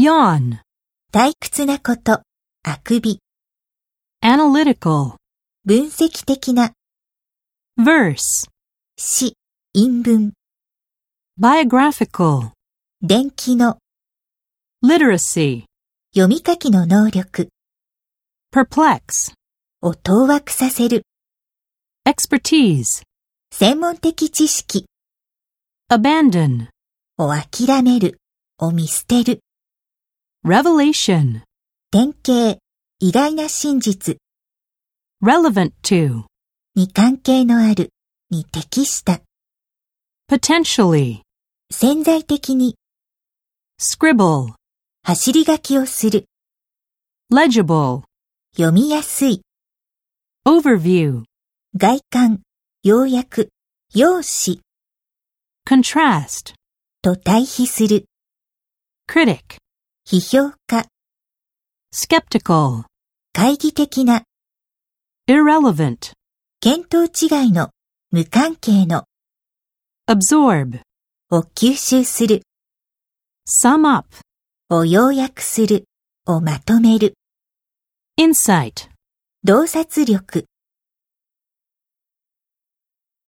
yawn, 退屈なこと、あくび、 analytical, 分析的な、 verse, 詩、陰文、 biographical, 伝記の、 literacy, 読み書きの能力、 perplex, を当惑させる、 expertise, 専門的知識、 abandon, を諦める、を見捨てる、 revelation, 典型、意外な真実、 relevant to, に関係のある、に適した、 potentially, 潜在的に、 scribble, 走り書きをする、 legible, 読みやすい、 overview, 外観、要約、用紙、 contrast, と対比する、 critic, 批評家、 skeptical, 懐疑的な、 irrelevant, 見当違いの、無関係の、 absorb, を吸収する、 sum up, を要約する、をまとめる、 insight. 洞察力。